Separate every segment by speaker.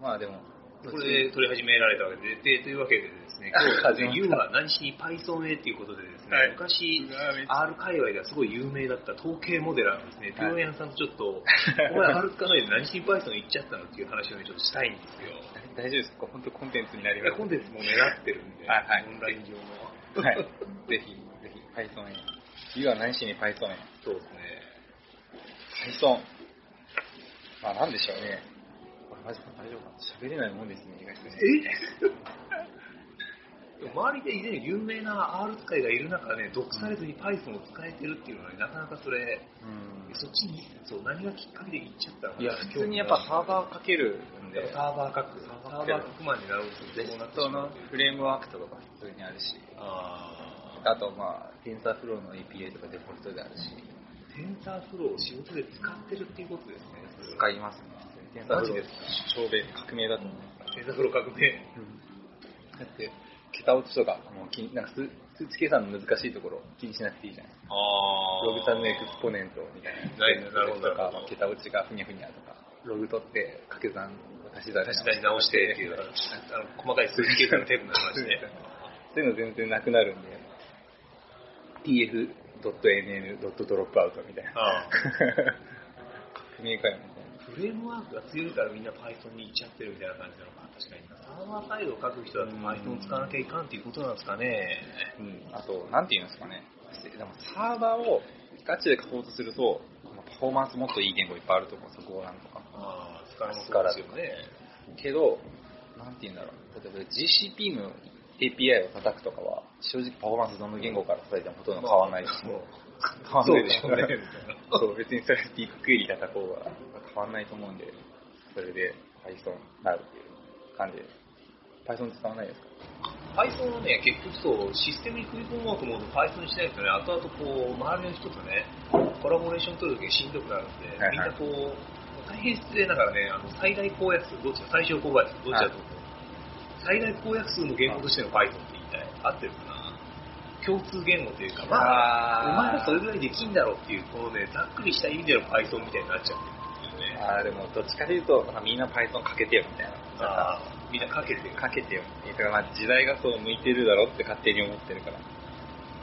Speaker 1: まあでも、
Speaker 2: これで取り始められたわけで、でというわけでで すね、今日、ユーは何しに Python へということでですね、
Speaker 3: はい
Speaker 2: 昔
Speaker 3: うわめっち、
Speaker 2: R 界隈ではすごい有名だった統計モデラーのですね、ト
Speaker 1: はい
Speaker 2: ヨヤンさんとちょ っと、お前 R 使わないで何しに Python へ行っちゃったのっていう話をね、ちょっとしたいんですよ。
Speaker 1: 大丈夫ですか本当コンテンツになり
Speaker 2: い
Speaker 1: ま
Speaker 2: や
Speaker 1: す。
Speaker 2: コンテンツも狙ってるんで、
Speaker 1: はいはい
Speaker 2: オンライン上の。
Speaker 1: はい。 ぜひ、ぜひ、Python へ。You は何しに Python へ。
Speaker 2: そうですね。
Speaker 1: Python。まあなんでしょうね。これマジか大丈夫かな喋れないもんですね、意外とね。
Speaker 2: でも周りで以前有名な R 使いがいる中ね、読されずに Python を使えてるっていうのはね、なかなかそれ、
Speaker 1: うん
Speaker 2: そっちに、そう、何がきっかけで行っちゃったのか
Speaker 1: いや、普通にやっぱサーバーかけるんで、
Speaker 2: やっぱサーバー各、サーバー各マンになろうと
Speaker 1: ベ
Speaker 2: そうなっ
Speaker 1: ス
Speaker 2: てし
Speaker 1: ト
Speaker 2: ま
Speaker 1: の
Speaker 2: うという
Speaker 1: フレームワークとかが普通にあるし、
Speaker 2: あ
Speaker 1: あとまあ、TensorFlow の API とかデフォルトであるし、
Speaker 2: ーテンサーフローを仕事で使ってるっていうことですね。
Speaker 1: 使いますね。
Speaker 2: マ
Speaker 1: TensorFlow
Speaker 2: ジですか
Speaker 1: 超米革命だと思います。
Speaker 2: テンサーフロー革命。
Speaker 1: だって、桁落ちとか、もう気になんか数数値計算の難しいところ気にしなくていいじゃないですか。
Speaker 2: あ
Speaker 1: ログ3のエクスポネントみたいな。
Speaker 2: ないなるほど
Speaker 1: とか、
Speaker 2: なるほど
Speaker 1: まあ桁落ちがふにゃふにゃとか、ログ取って掛け算を足し算
Speaker 2: 出しに直してっていう、あの、細かい数字計算のテープの話 ね。
Speaker 1: そういうの全然なくなるんで、tf.nn.dropout みたいな。
Speaker 2: あー
Speaker 1: 革命かよみたいな。
Speaker 2: フレームワークが強いからみんな Python に行っちゃってるみたいな感じなのかな。確かに。サーバーサイドを書く人だと Python を使わなきゃいかんっていうことなんですかね。
Speaker 1: うん、あと、なんて言うんですかね。でもサーバーをガチで書こうとすると、パフォーマンスもっといい言語いっぱいあると思うんですよ、Golang とか。
Speaker 2: ああ、使わなそうですよね。
Speaker 1: けど、なんて言うんだろう。例えば GCP の API を叩くとかは、正直パフォーマンスどの言語から叩いてもほとんど変わらないです。
Speaker 2: まあ
Speaker 1: 変わらないでしょうね。
Speaker 2: そう
Speaker 1: そう、別にそれビッグクエリ叩こうが変わらないと思うんで、それで Python なるっていう感じです。Python 使わないですか
Speaker 2: Python はね、結局そう、システムに組み込もうと思うと Python にしないとね、後々こう、周りの人とね、コラボレーション取るときしんどくなるんで、
Speaker 1: はいはい
Speaker 2: みんなこう、大変失礼ながらね、あの最大公約数、どっちか、最小公約数、どっちだと思う、最大公約数の言語としての Python って一体合ってるかな共通言語というか、まあ、お前らそれぐらいできんだろうっていう、このね、ざっくりした意味での Python みたいになっちゃうんですよね。
Speaker 1: あーでもどっちかというと、まあみんな Python かけてよみたいな。
Speaker 2: あーみんなかけてる。
Speaker 1: かけてよみたいな。まあ時代がそう向いてるだろうって勝手に思ってるから。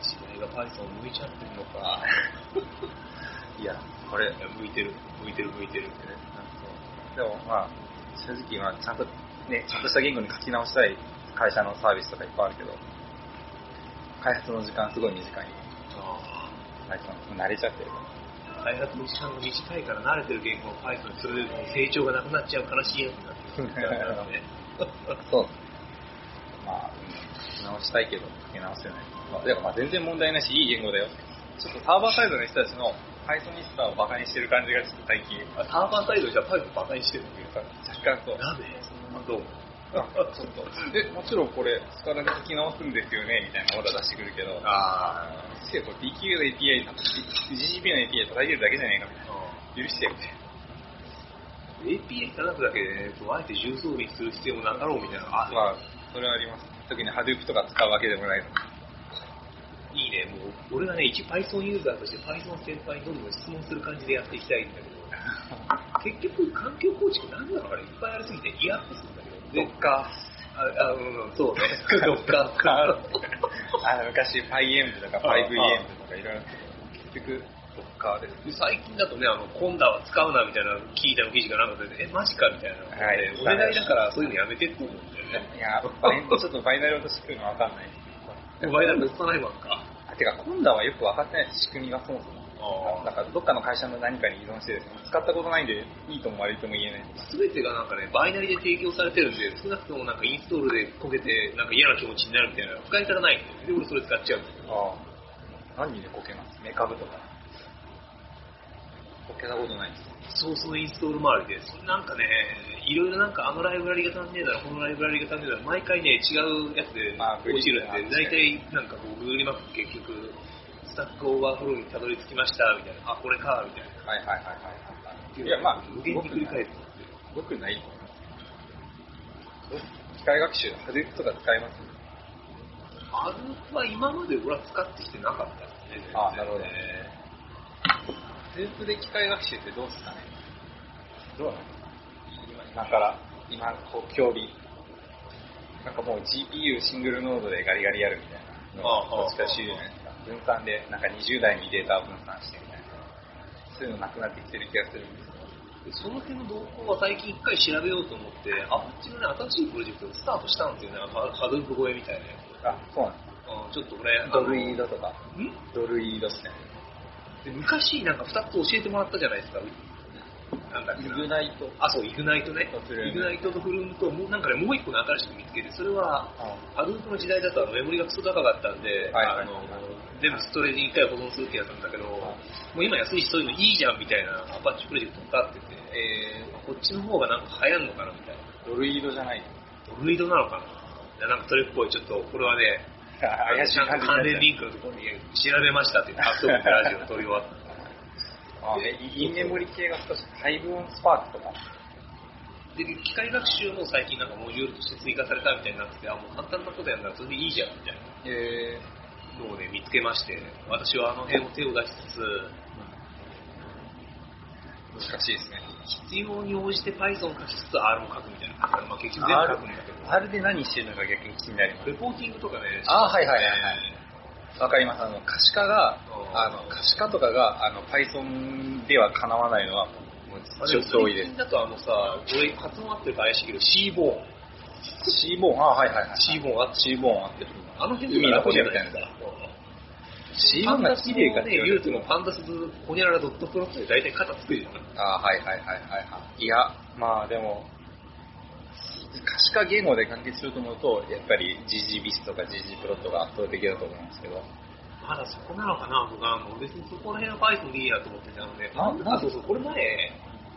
Speaker 2: 時代が Python を向いちゃってるのか。
Speaker 1: いや、これ、
Speaker 2: いや向いてる、向いてる、向いてる。
Speaker 1: でもまあ、正直、まあ、ちゃんとね、ちゃんとした言語に書き直したい会社のサービスとかいっぱいあるけど、開発の時間すごい短い。
Speaker 2: あ
Speaker 1: あいつも慣れちゃってるか
Speaker 2: あ開発の時間が短いから慣れてる言語を Python にすると成長がなくなっちゃう悲しいやつになってるからね。
Speaker 1: ら。そう。まあ、うん書き直したいけど、書き直せない。まあ、でもまあ全然問題ないし、いい言語だよ。ちょっとサーバーサイドの人たちの Pythonista をバカにしてる感じがちょっと最近、
Speaker 2: あサーバーサイドじゃ Python バカにしてるっていうか。
Speaker 1: 若干そう。
Speaker 2: なぜどう
Speaker 1: ちょっと、え、もちろんこれ、スカラで書き直すんですよね、みたいなオーダー出してくるけど、
Speaker 2: あ
Speaker 1: せや、これ DQ の API 叩き、GGP の API 叩いてるだけじゃねえか、みたい
Speaker 2: あ。
Speaker 1: な。許してよ、みたい
Speaker 2: API 叩くだけでね、そうあえて重装備する必要もなかろうみたいなのがあ
Speaker 1: な。
Speaker 2: る。
Speaker 1: まあ、それはあります。特に Hadoop とか使うわけでもないの
Speaker 2: いいね、もう、俺がね、一 Python ユーザーとして Python 先輩にどんどん質問する感じでやっていきたいんだ けど、結局、環境構築なんだからいっぱいありすぎて嫌ってするんだけど、
Speaker 1: ッカ
Speaker 2: あ、あうん、そ うね。ドッカーか。
Speaker 1: あの昔、PyEMD とか
Speaker 2: ああ
Speaker 1: 5EMD とかいろいろ、結局、ドッカーです。
Speaker 2: 最近だとね、あの、コンダは使うなみたいな聞いた記事がなんか出て、え、マジかみたいな。
Speaker 1: はい
Speaker 2: でお願いだからそういうのやめてって思うんだよね。
Speaker 1: いや、バイちょっとバイナル落としてくるのわかんない。
Speaker 2: お前らのストライマンか。
Speaker 1: あてか、今度はよく分かってない仕組みがそもそも。なんかどっかの会社の何かに依存してですね、使ったことないんで、いいとも悪いとも言えないんです
Speaker 2: すべてがなんかね、バイナリで提供されてるんで、少なくともなんかインストールでこけて、なんか嫌な気持ちになるみたいな、使い方がないんだよねで、俺それ使っちゃうんだよ。
Speaker 1: ああ。何でこけますメカブとか。こけたことないんです
Speaker 2: そうそうインストール周りで、それなんかね、いろいろなんかあのライブラリが足んねえだろ、このライブラリが足んねえだろ、毎回ね、違うやつで
Speaker 1: まあ
Speaker 2: 落ちるん
Speaker 1: グリ
Speaker 2: で
Speaker 1: ーン、
Speaker 2: 大体なんかこう、グーグリマップ結局、スタックオーバーフローにたどり着きました、みたいな、あ、これか、みたいな。
Speaker 1: はいはいはいはいはい。いや、まあ、
Speaker 2: 無限に繰り返す。
Speaker 1: 僕僕ない。機械学習、ハドゥープとか使います
Speaker 2: あれは今まで俺は使ってきてなかったですね。
Speaker 1: あなるほど
Speaker 2: 全然ね
Speaker 1: ハドゥープで機械学習ってどうですかねどうなの今今から今、こう、競技。なんかもう GPU シングルノードでガリガリやるみたいなのがどっちか主流じゃないですか。分散で、なんか20代にデータを分散してみたいな。そういうのなくなってきてる気がするんですけど。
Speaker 2: でその辺の動向は最近一回調べようと思って、あ、うちのね、新しいプロジェクトスタートしたんですよね、ハハドゥープ超えみたいなやつ。
Speaker 1: あ、そうなんですか。
Speaker 2: うんちょっとこれ、
Speaker 1: ドルイー
Speaker 2: だ
Speaker 1: ドとか。ドルイードして
Speaker 2: で昔なんか2つ教えてもらったじゃないですか。なんだっけ
Speaker 1: イ
Speaker 2: な
Speaker 1: グナイト。
Speaker 2: あ、そう、イグナイトね
Speaker 1: そうフルー。ム
Speaker 2: イグナイトとフルームと、もうなんかね、もう一個の新しく見つけて、それは、ハドゥープの時代だとあのメモリがクソ高かったんで、
Speaker 1: はいはい
Speaker 2: あの全部ストレージに一回保存するってやつなんだけど、もう今安いしそういうのいいじゃんみたいなアパッチプロジェクトも立ってて、えー、こっちの方がなんか流行るのかなみたいな。
Speaker 1: ドルイードじゃない。
Speaker 2: ドルイドなのかないやなんかそれっぽい、ちょっとこれはね、
Speaker 1: 怪しい感じになっ
Speaker 2: 関
Speaker 1: ちゃう
Speaker 2: 連リンクのところに調べましたって言って、ハットブックラジオを取り終わった。
Speaker 1: あでインメモリ系が少し、ハイブーンスパークとか。
Speaker 2: で、機械学習も最近なんかモジュールとして追加されたみたいになってて、あ、もう簡単なことやんならそれでいいじゃんみたいな。
Speaker 1: え
Speaker 2: のをね、見つけまして、私はあの辺を手を出しつつ、
Speaker 1: 難しいですね。
Speaker 2: 必要に応じて Python 書きつつ R も書くみたいな。まあ、結局全部書くんだけど、
Speaker 1: あれで何してるのか逆に気になります。
Speaker 2: レポーティングとかね、
Speaker 1: あーはいはいはいはいわかります。あの、可視化が、
Speaker 2: うん
Speaker 1: あの、可視化とかが、あの、Python ではかなわないのは、もう、ちょっと多いで
Speaker 2: 最近だとあのさ、俺発音合ってるか怪しいけど、C ボーン。
Speaker 1: す。シーボーン、あーはいはいはい。
Speaker 2: C ボーンあって、
Speaker 1: シーボーンあってる。
Speaker 2: あの辺
Speaker 1: 海のホニャララみたいな。シーボーンが綺麗か
Speaker 2: ね、言うてもパンダスホニャララドットプロって大体肩つくじゃん。
Speaker 1: あーはいはいはいはいはい。いや、まあでも、可視化言語で完結しようと思うと、やっぱり GGBIS とか GGPROT が圧倒的だと思うんですけど、
Speaker 2: まだそこなのかな僕はあの別にそこら辺は Python でいいやと思ってたので、
Speaker 1: なな
Speaker 2: あそうそう、これ前、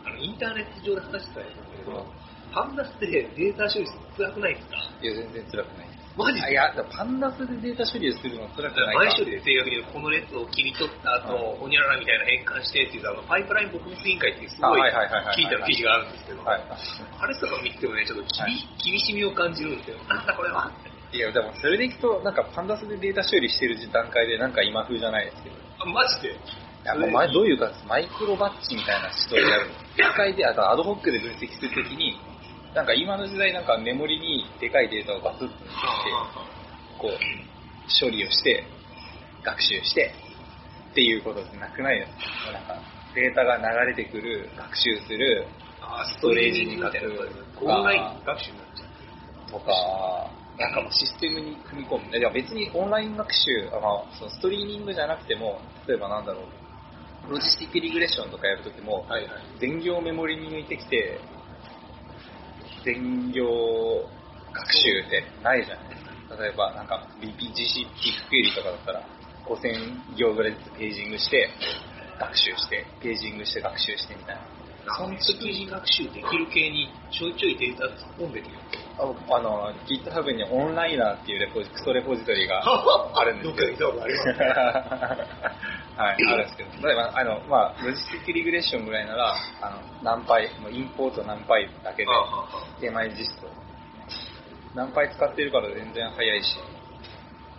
Speaker 2: あのインターネット上で話してたんだけ
Speaker 1: うん
Speaker 2: ど、パンダスってデータ処理辛くないですか
Speaker 1: いや、全然辛くないです。
Speaker 2: マジ
Speaker 1: あい
Speaker 2: で
Speaker 1: や、パンダスでデータ処理をするの辛くないか。
Speaker 2: 前処理で正確にこの列を切り取った後、ホニャララみたいな変換してっていうあのパイプライン撲滅委員会っていうすごい
Speaker 1: あはいはいはいはい
Speaker 2: 聞いた記事があるんですけど、
Speaker 1: はい。
Speaker 2: あれとか見てもね、ちょっと厳,、
Speaker 1: はい
Speaker 2: 厳しみを感じるんですよ。なんだこれはって
Speaker 1: いや、でもそれでいくと、なんかパンダスでデータ処理してる段階で、なんか今風じゃないですけど。い
Speaker 2: あマジで
Speaker 1: や、もう前どういうか、マイクロバッチみたいな人でやる。段階で、あとアドホックで分析するときに、なんか今の時代なんかメモリにでかいデータをバスッと抜いてきて、こう、処理をして、学習して、っていうことってなくないですかもうなんか、データが流れてくる、学習する、
Speaker 2: あストレージに書く
Speaker 1: とか
Speaker 2: オンライン学習になっちゃう。
Speaker 1: とか、なんかもうシステムに組み込む。いや別にオンライン学習、あまあ、そのストリーミングじゃなくても、例えばなんだろう、ロジスティックリグレッションとかやるときも、
Speaker 2: はいはい。
Speaker 1: 全行メモリに抜いてきて、全行学習ってないじゃないですか。例えばなんか BPGC クエリとかだったら、5000行ぐらいずつページングして、学習して、ページングして学習してみたいな。
Speaker 2: その時に学習できる系にちょいちょいデータ突っ込んでるよ。
Speaker 1: あ僕あの、GitHub にオンライナーっていうレポジクソレポジトリがあるんですけど。
Speaker 2: どっかで見たことあり
Speaker 1: はい、あるんですけど、例えば、あの、まあ、ロジスティックリグレッションぐらいなら、あの、何パイ、もうインポート何パイだけで、
Speaker 2: ま
Speaker 1: 手前実装。何パイ使ってるから全然早いし、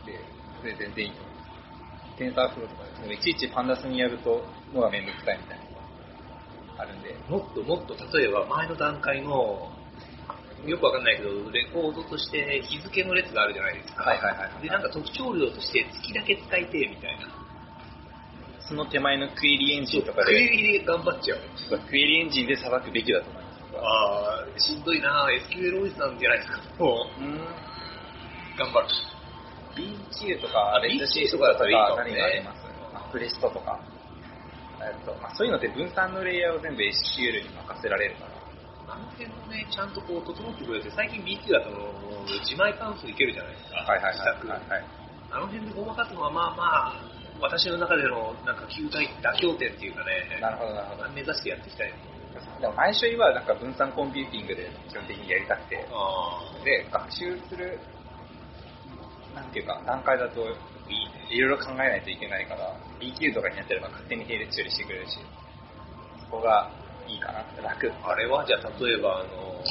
Speaker 1: で、それ全然いいと思う。テンサーフローとかですね、いちいちパンダスにやると、のがめんどくさいみたいなのがあるんで、
Speaker 2: す。もっともっと、例えば前の段階の、よくわかんないけど、レコードとして日付の列があるじゃないですか。
Speaker 1: はいはいはいはい
Speaker 2: で、なんか特徴量として月だけ使いてえみたいな。
Speaker 1: その手前のクエリエンジンとか
Speaker 2: クエ
Speaker 1: で、
Speaker 2: リで頑張っちゃう。
Speaker 1: クエリエンジンで裁くべきだと思います。僕は
Speaker 2: ああ、しんどいな SQL おじさんじゃないですか。もう、
Speaker 1: うーん
Speaker 2: 頑張る。
Speaker 1: BQ とか、
Speaker 2: あ
Speaker 1: レッドシー
Speaker 2: BQ
Speaker 1: と
Speaker 2: と
Speaker 1: かだ
Speaker 2: かだ
Speaker 1: と
Speaker 2: と
Speaker 1: い
Speaker 2: い
Speaker 1: い
Speaker 2: い
Speaker 1: か
Speaker 2: か
Speaker 1: も、
Speaker 2: も
Speaker 1: ね、
Speaker 2: ね
Speaker 1: 何がありますアプレストとか、えっとまあ、そういうのって分散のレイヤーを全部 SQL に任せられるから。
Speaker 2: あの辺もね、ちゃんとこう整ってくれて、最近 BQ だともう自前パンフいけるじゃないですか。自宅。
Speaker 1: はい
Speaker 2: あの辺でごまかすのは、まあまあ、私の中でのなんか球体妥協点っていうか
Speaker 1: な
Speaker 2: ね、
Speaker 1: るほど、なるほ
Speaker 2: 目指してやっていきたい。
Speaker 1: ど。でも、毎週はなんか分散コンピューティングで基本的にやりたくて、
Speaker 2: あ
Speaker 1: で、学習する、なんていうか、段階だと、
Speaker 2: いいね。
Speaker 1: いろいろ考えないといけないから、BQ とかになってれば勝手に並列処理してくれるし、そこがいいかなって、楽。
Speaker 2: あれは、じゃあ例えば、あの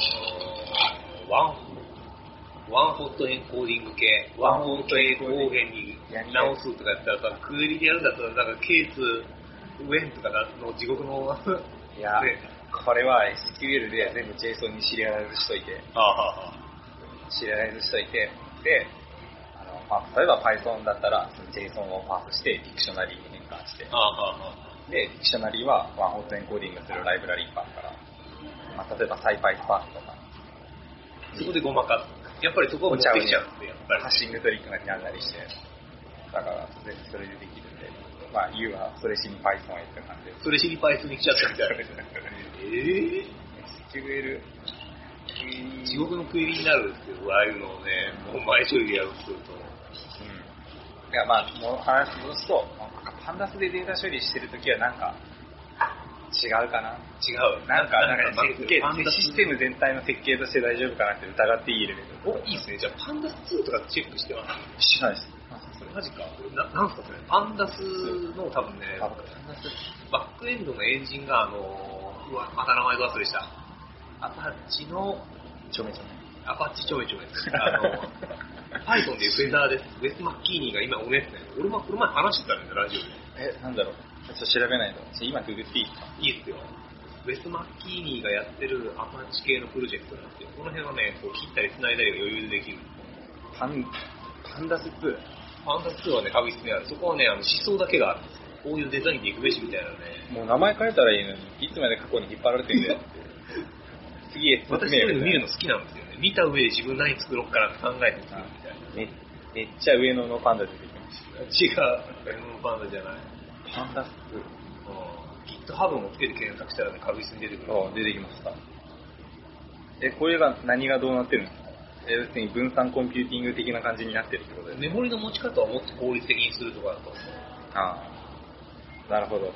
Speaker 2: ーワンホ、ワンホットエンコーディング系、ワンホットエンコーデに直すとかやったらさ、クエリでやるんだったら、なんかケース、ウェンとかの地獄の、
Speaker 1: いや
Speaker 2: ね、
Speaker 1: これは SQL で全部 JSON にシリアライズしといて、
Speaker 2: ああ、
Speaker 1: シリアライズしといて、で、あのまあ、例えば Python だったら、その JSON をパースして、ディクショナリーに変換して、
Speaker 2: ああ、
Speaker 1: で、ディクショナリーはワンホットエンコーディングするライブラリーパーから、まあ、例えば SciPySpark とか、
Speaker 2: そこでごまかす。やっぱりそこを持ってきちゃうんで、やっぱり
Speaker 1: ハッ。シングトリックなりなんなりして、だから、全部それでできるんで、まあ、U はそれしに Python へって感じです。
Speaker 2: それ知りパイスに来ちゃった みたいな。ええ
Speaker 1: SQL、うん
Speaker 2: 地獄のクエリになるんですけど、ああいうのをね、もう前処理でやるとすると。
Speaker 1: うん。いや、まあ、もう話戻すと、なんかパンダスでデータ処理してるときはなんか、違うかな。
Speaker 2: 違う。
Speaker 1: なんか、なんか設計、
Speaker 2: パンダス
Speaker 1: システム全体の設計として大丈夫かなって疑っていいレベル。
Speaker 2: お、いいですね。じゃあ、パンダス2とかチェックしてます。
Speaker 1: しないです。
Speaker 2: それマジか。ななんすかそれ。パンダスの多分ね、
Speaker 1: あパンダス
Speaker 2: バックエンドのエンジンが、あのー、うわ、また名前忘れした。アパッチの、
Speaker 1: ちょめちょめ。
Speaker 2: アパッチちょいちょいです。あのー、パイソンでいうフェザーです。ウェス・マッキーニーが今おねですね。俺もこの前話してたんだよ、ラジオで。
Speaker 1: え、なんだろう。ちょっと調べないと。ちょ今ググっていいですか
Speaker 2: いいですよ。ウェス・マッキーニーがやってるアパッチ系のプロジェクトなんですよ。この辺はね、こう切ったり繋いだりが余裕でできる。
Speaker 1: パン、パンダス2。
Speaker 2: ファンタス2はね、確実にある。そこはね、あの思想だけがあるんですよ。こういうデザインでいくべしみたいなね。
Speaker 1: もう名前変えたらいいのに、いつまで過去に引っ張られてん だよって。次へ進めよ
Speaker 2: 私そういうの見るの好きなんですよね。見た上で自分何作ろうかなって考えて作るみたいな。
Speaker 1: めめっちゃ上野のパンダ出てきまし
Speaker 2: 違う。レモンパンダじゃない。
Speaker 1: た。パンダス
Speaker 2: うん。GitHub もつけて検索したらね、確実に出てくる。
Speaker 1: 2。出てきました。え、これが何がどうなってるんですかえ、要するに分散コンピューティング的な感じになってるってことですね。
Speaker 2: メモリの持ち方をもっと効率的にするとかだと思う。
Speaker 1: ああ。なるほど。
Speaker 2: う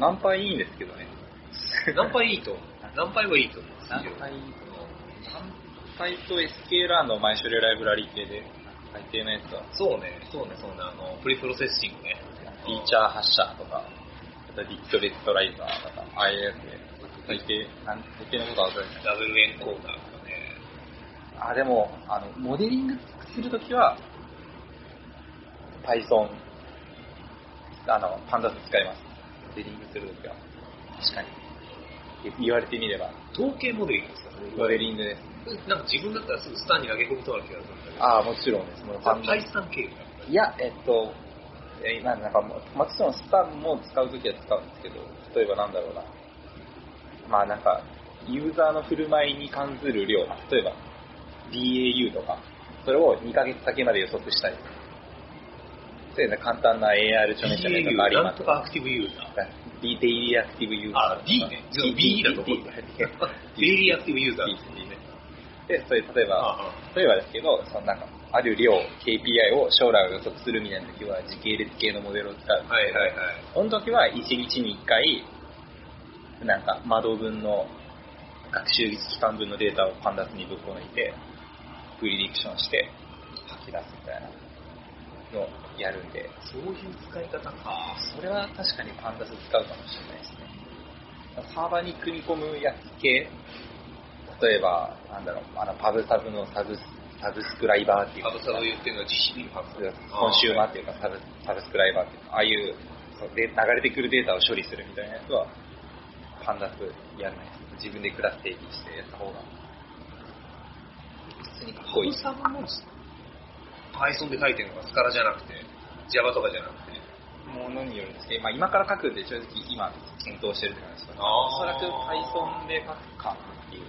Speaker 1: ナンパいいんですけ どね。
Speaker 2: ん。何倍いいと思う。何倍はいいと思う。
Speaker 1: ナンパいいナンパイと SKLR の前処理ライブラリ系で、最低なやつは、
Speaker 2: そうね、そうね、そうね、あの、プリプロセッシングね。
Speaker 1: フィーチャー発射とか、あとディットレストライザーとか、ああいうやつで、最低、なん最低なことは忘れない。
Speaker 2: ダブルエンコーダーとかね。
Speaker 1: あ、でも、あの、モデリングするときは、Python、あの、パンダス使います。モデリングするときは。確かに。言われてみれば、
Speaker 2: 統計モデリングですかね。
Speaker 1: モデリングです。
Speaker 2: なんか自分だったらすぐスターに投げ込むとある気がするんだけど。
Speaker 1: ああ、もちろんです。もうパン
Speaker 2: パイスタン経由
Speaker 1: いや、えっと、え今なんかもう、もちろんスタンも使うときは使うんですけど、例えばなんだろうな。まあなんか、ユーザーの振る舞いに関する量、例えば DAU とか、それを2ヶ月先まで予測したり。そういうね、簡単な AR ちょめちょめとかあり
Speaker 2: な
Speaker 1: ま
Speaker 2: ん
Speaker 1: す
Speaker 2: と。かアクティブユーザー。
Speaker 1: D デイリーアクティブユーザー。
Speaker 2: あ D ね D だと思った
Speaker 1: D
Speaker 2: デイリーアクティブユーザーですね。
Speaker 1: で、それ例えば、
Speaker 2: あ
Speaker 1: 例えばですけど、そのなんか、ある量、KPI を将来を予測するみたいな時は、時系列系のモデルを使う。
Speaker 2: あはいはいはい。
Speaker 1: その時は、1日に1回、なんか、窓分の、学習期間分のデータをパンダスにぶっこ抜いて、プリディクションして、吐き出すみたいなのをやるんで、
Speaker 2: そういう使い方か。
Speaker 1: それは確かにパンダス使うかもしれないですね。サーバーに組み込むやつ系、例えば、なんだろう、あの、パブサブのサブス、サブスクライバーっていう
Speaker 2: サブサブ言ってるのは実施に発生
Speaker 1: コンシューマーっていうかサブサブスクライバーっていうか、ああいうそうで流れてくるデータを処理するみたいなやつは、パンダスやらないです。自分でクラス定義してやった方が、普通にかっこいい。
Speaker 2: サブも Python で書いてるのがスカラじゃなくて、Java とかじゃなくて。
Speaker 1: ものによるんですけど、まあ、今から書くんで正直今検討してるって感じです
Speaker 2: あー
Speaker 1: おそらく Python で書くかっていう。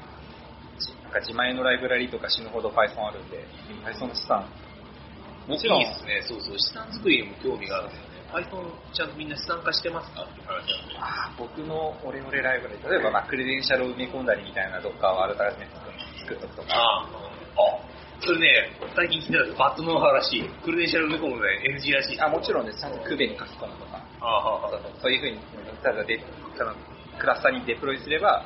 Speaker 1: じなんか自前のライブラリとか死ぬほど Python あるんで、Python の資産、もちろん
Speaker 2: いいですね。そうそう。資産作りにも興味があるんだよね。Python ちゃんとみんな資産化してますかっていう話なんで。
Speaker 1: あー僕のオレオレライブラリ、例えば、まあ、クレデンシャルを埋め込んだりみたいなどっかを改めて作っとくとか、
Speaker 2: ああ、それね、最近聞いたんですよバットノウハウらしい。クルデンシャル埋め込むのね、NG らしいですよ。
Speaker 1: あもちろんです、ちゃんとクベに書き込むとか、
Speaker 2: ああ、ああ
Speaker 1: そういうふうに、ただでそのクラスターにデプロイすれば、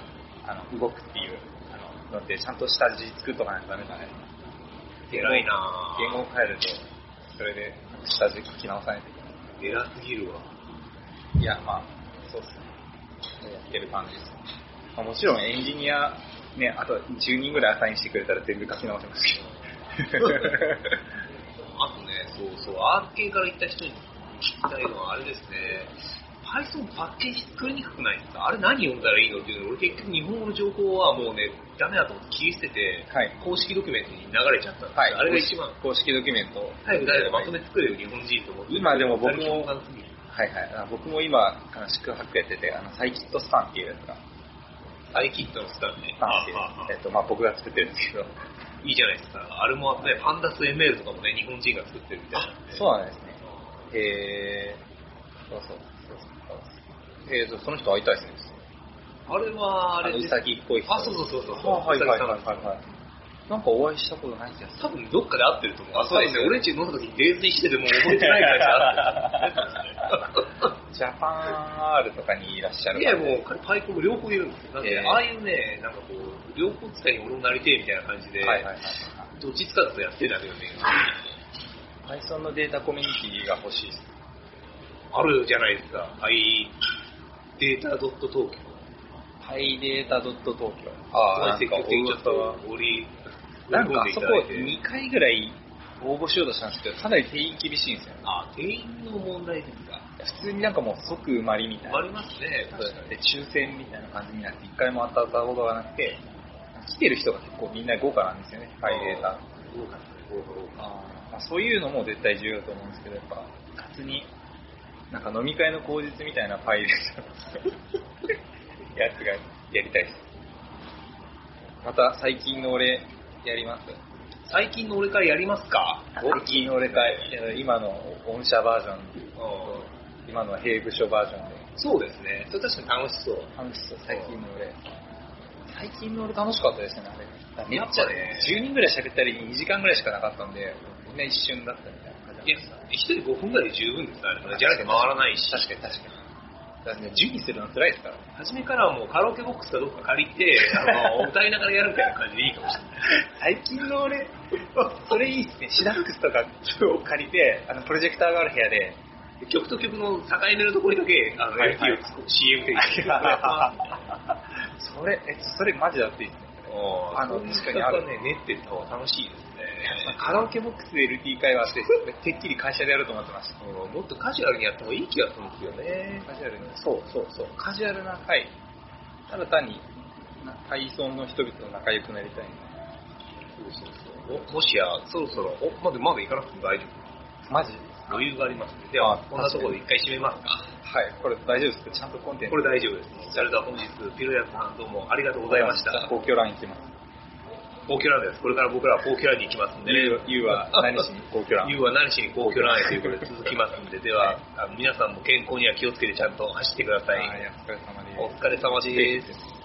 Speaker 1: あの動くっていうあのので、ちゃんと下地作っとかないとダメだね。
Speaker 2: 偉いな
Speaker 1: 言語を変えると、それで下地書き直さないといけな
Speaker 2: 偉すぎるわ。
Speaker 1: い。いや、まあ、そうっすね。やってる感じです。まあ、もちろんエンジニア、ね、あと10人ぐらいアサインしてくれたら全部書き直せます けど。
Speaker 2: あとね、そうそう、アー系から行った人に聞きたいのはあれですね、 Python パッケージ作りにくくないですかあれ何読んだらいいのっていうの俺結局日本語の情報はもうね、ダメだと思って切り捨てて、
Speaker 1: はい
Speaker 2: 公式ドキュメントに流れちゃったんですよ、
Speaker 1: はい。
Speaker 2: あれが一番
Speaker 1: 公式ドキュメントを。
Speaker 2: 早く誰かまとめ作れる日本人と思って。
Speaker 1: 今でも僕も
Speaker 2: 共感すぎる
Speaker 1: はいはい。あ僕も今、あの宿泊やってて、あの、サイキットスタンっていうやつが、
Speaker 2: アイキットのスタンね
Speaker 1: ス。タンっていう、えっと、まあ僕が作ってるんですけど、
Speaker 2: いいじゃないですか。あれもあって、ね、パンダス ML とかもね、日本人が作ってるみたいなんで。
Speaker 1: そうなんですね。へえー、そうそう、そうそう。えーと、その人会いたいですね。
Speaker 2: あれは、あれ
Speaker 1: の
Speaker 2: で
Speaker 1: う
Speaker 2: す。
Speaker 1: さぎっぽい人。
Speaker 2: あ、そうそうそうそう。
Speaker 1: はいはいはいはい
Speaker 2: ウサギさんなんですよ
Speaker 1: はい。なんかお会いしたことない気がする。
Speaker 2: 多分どっかで会ってると思う。
Speaker 1: あそうです
Speaker 2: 多分ね。俺んち飲んだ時に泥酔しててもう覚えてないから会って
Speaker 1: ジャパン R とかにいらっしゃ
Speaker 2: る。
Speaker 1: る
Speaker 2: いや、もう彼、パイコンも両方いるんですよ。なんで、
Speaker 1: えー
Speaker 2: ああいうね、なんかこう、両方使いに俺もなりてえみたいな感じで、
Speaker 1: はいはいはい。
Speaker 2: どっち使ってやってたけどね。
Speaker 1: Python のデータコミュニティが欲しいです。
Speaker 2: あるじゃないですか。はい。データドット東京。
Speaker 1: pydata.tokyo。ああ、なん
Speaker 2: 積
Speaker 1: か
Speaker 2: 極的にちょっと折り、
Speaker 1: なんかあそこ
Speaker 2: 折り込んでいただい
Speaker 1: 2回
Speaker 2: て
Speaker 1: ぐらい応募しようとしたんですけど、かなり定員厳しいんですよね。
Speaker 2: あ、定員の問題ですか。
Speaker 1: 普通になんかもう即埋まりみたい
Speaker 2: あ
Speaker 1: な。
Speaker 2: りますね、確かに。
Speaker 1: で、抽選みたいな感じになって、1回も当たったことがなくて、来てる人が結構みんな豪華なんですよね、パイデータ。
Speaker 2: 豪華ですね、豪華豪華。
Speaker 1: あまあ、そういうのも絶対重要だと思うんですけど、やっぱ、活に、なんか飲み会の口実みたいなパイデータ やつがやりたいです。また最近の俺、やります
Speaker 2: 最近の俺からやりますか
Speaker 1: 最近俺か、今の御社バージョン今のは兵部署バージョンで。
Speaker 2: そうですね。それ確かに楽しそう。
Speaker 1: 楽しそう、最近の俺。最近の俺楽しかったですね、あれ。めっち
Speaker 2: や
Speaker 1: ゃ
Speaker 2: っぱね
Speaker 1: ね、10人ぐらい喋ったりに2時間ぐらいしかなかったんで、みんな一瞬だったみたいな感
Speaker 2: い
Speaker 1: じ
Speaker 2: や、一人5分ぐらいで十分ですからね。じゃなくて回らないし。
Speaker 1: 確かに確かに。だからね、準備するの辛いですからね。
Speaker 2: 初めからはもうカラオケボックスかどっか借り て、あの、歌いながらやるみたいな感じでいいかもしれない。
Speaker 1: 最近の俺、それいいっすね。シダックスとかを借りて、あの、プロジェクターがある部屋 で、
Speaker 2: 曲と曲の境目のところにだけ、あの、
Speaker 1: はいはい
Speaker 2: LT を CM で入れて。
Speaker 1: それ、え、それマジだっていいっすね。
Speaker 2: あの、確かにあ
Speaker 1: あ
Speaker 2: る
Speaker 1: る
Speaker 2: ね、練ってった方が楽しいですね。
Speaker 1: カラオケボックスで LT 会話して、てっきり会社でやると思ってました。
Speaker 2: うんもっとカジュアルにやった方がいい気がするんですよね。
Speaker 1: カジュアルな、そうそうそう、カジュアルな会。ただ単に、な体操の人々と仲良くなりたい。
Speaker 2: そうそうそう。もしや、そろそろ、お、まだまだ行かなくても大丈
Speaker 1: マジ
Speaker 2: 夫。余裕がありますね。では
Speaker 1: あ、
Speaker 2: こんなところで一回締めますか。
Speaker 1: はい、これ大丈夫ですかちゃんとコンテンツ。
Speaker 2: これ大丈夫です。それでは本日、ピロヤスさんどうもありがとうございました。
Speaker 1: 公共欄行きます。
Speaker 2: 高級ランです。これから僕らは高級ランに行きますんでね。
Speaker 1: ゆうゆう は何しに公共欄。
Speaker 2: U は何しに高級ランへということで続きますんで、では、あの皆さんも健康には気をつけてちゃんと走ってくださ
Speaker 1: はい、
Speaker 2: い。
Speaker 1: お疲れ様です。
Speaker 2: お疲れ様です。